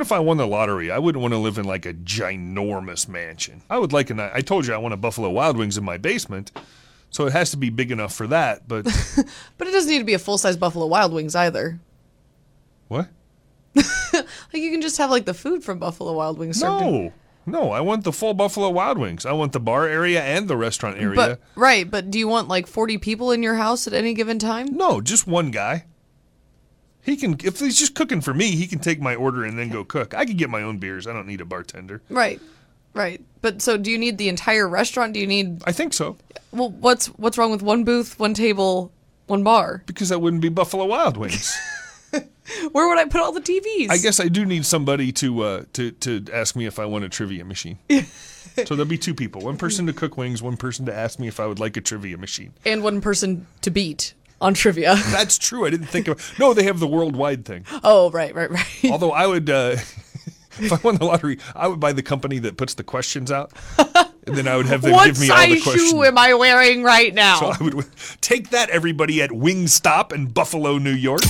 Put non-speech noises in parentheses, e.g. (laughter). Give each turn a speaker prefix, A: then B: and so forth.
A: If I won the lottery, I wouldn't want to live in like a ginormous mansion. I would like an. I told you I want a Buffalo Wild Wings in my basement, so it has to be big enough for that. But
B: But it doesn't need to be a full size Buffalo Wild Wings either.
A: what?
B: Like you can just have like the food from Buffalo Wild Wings. served in-
A: No, no. I want the full Buffalo Wild Wings. I want the bar area and the restaurant area.
B: But right, but do you want like 40 people in your house at any given time?
A: No, just one guy. He can if he's just cooking for me, he can take my order and then go cook. I can get my own beers. I don't need a bartender.
B: Right. Right. But so do you need the entire restaurant? Do you need
A: I think so
B: well what's what's wrong with one booth, one table, one bar?
A: because that wouldn't be Buffalo Wild Wings.
B: Where would I put all the TVs?
A: I guess I do need somebody to uh, to to ask me if I want a trivia (laughs) machine. so there'll be two people: one person to cook wings, one person to ask me if I would like a trivia machine.
B: and one person to beat on trivia. (laughs)
A: That's true. I didn't think of. (laughs) No, they have the worldwide thing.
B: oh, right, right, right.
A: Although I would, uh, (laughs) if I won the lottery, I would buy the company that puts the questions (laughs) out, and then I would have them
B: What
A: give me all the
B: size
A: questions.
B: shoe am I wearing right now?
A: So I would take that, everybody, at Wingstop in Buffalo, New York.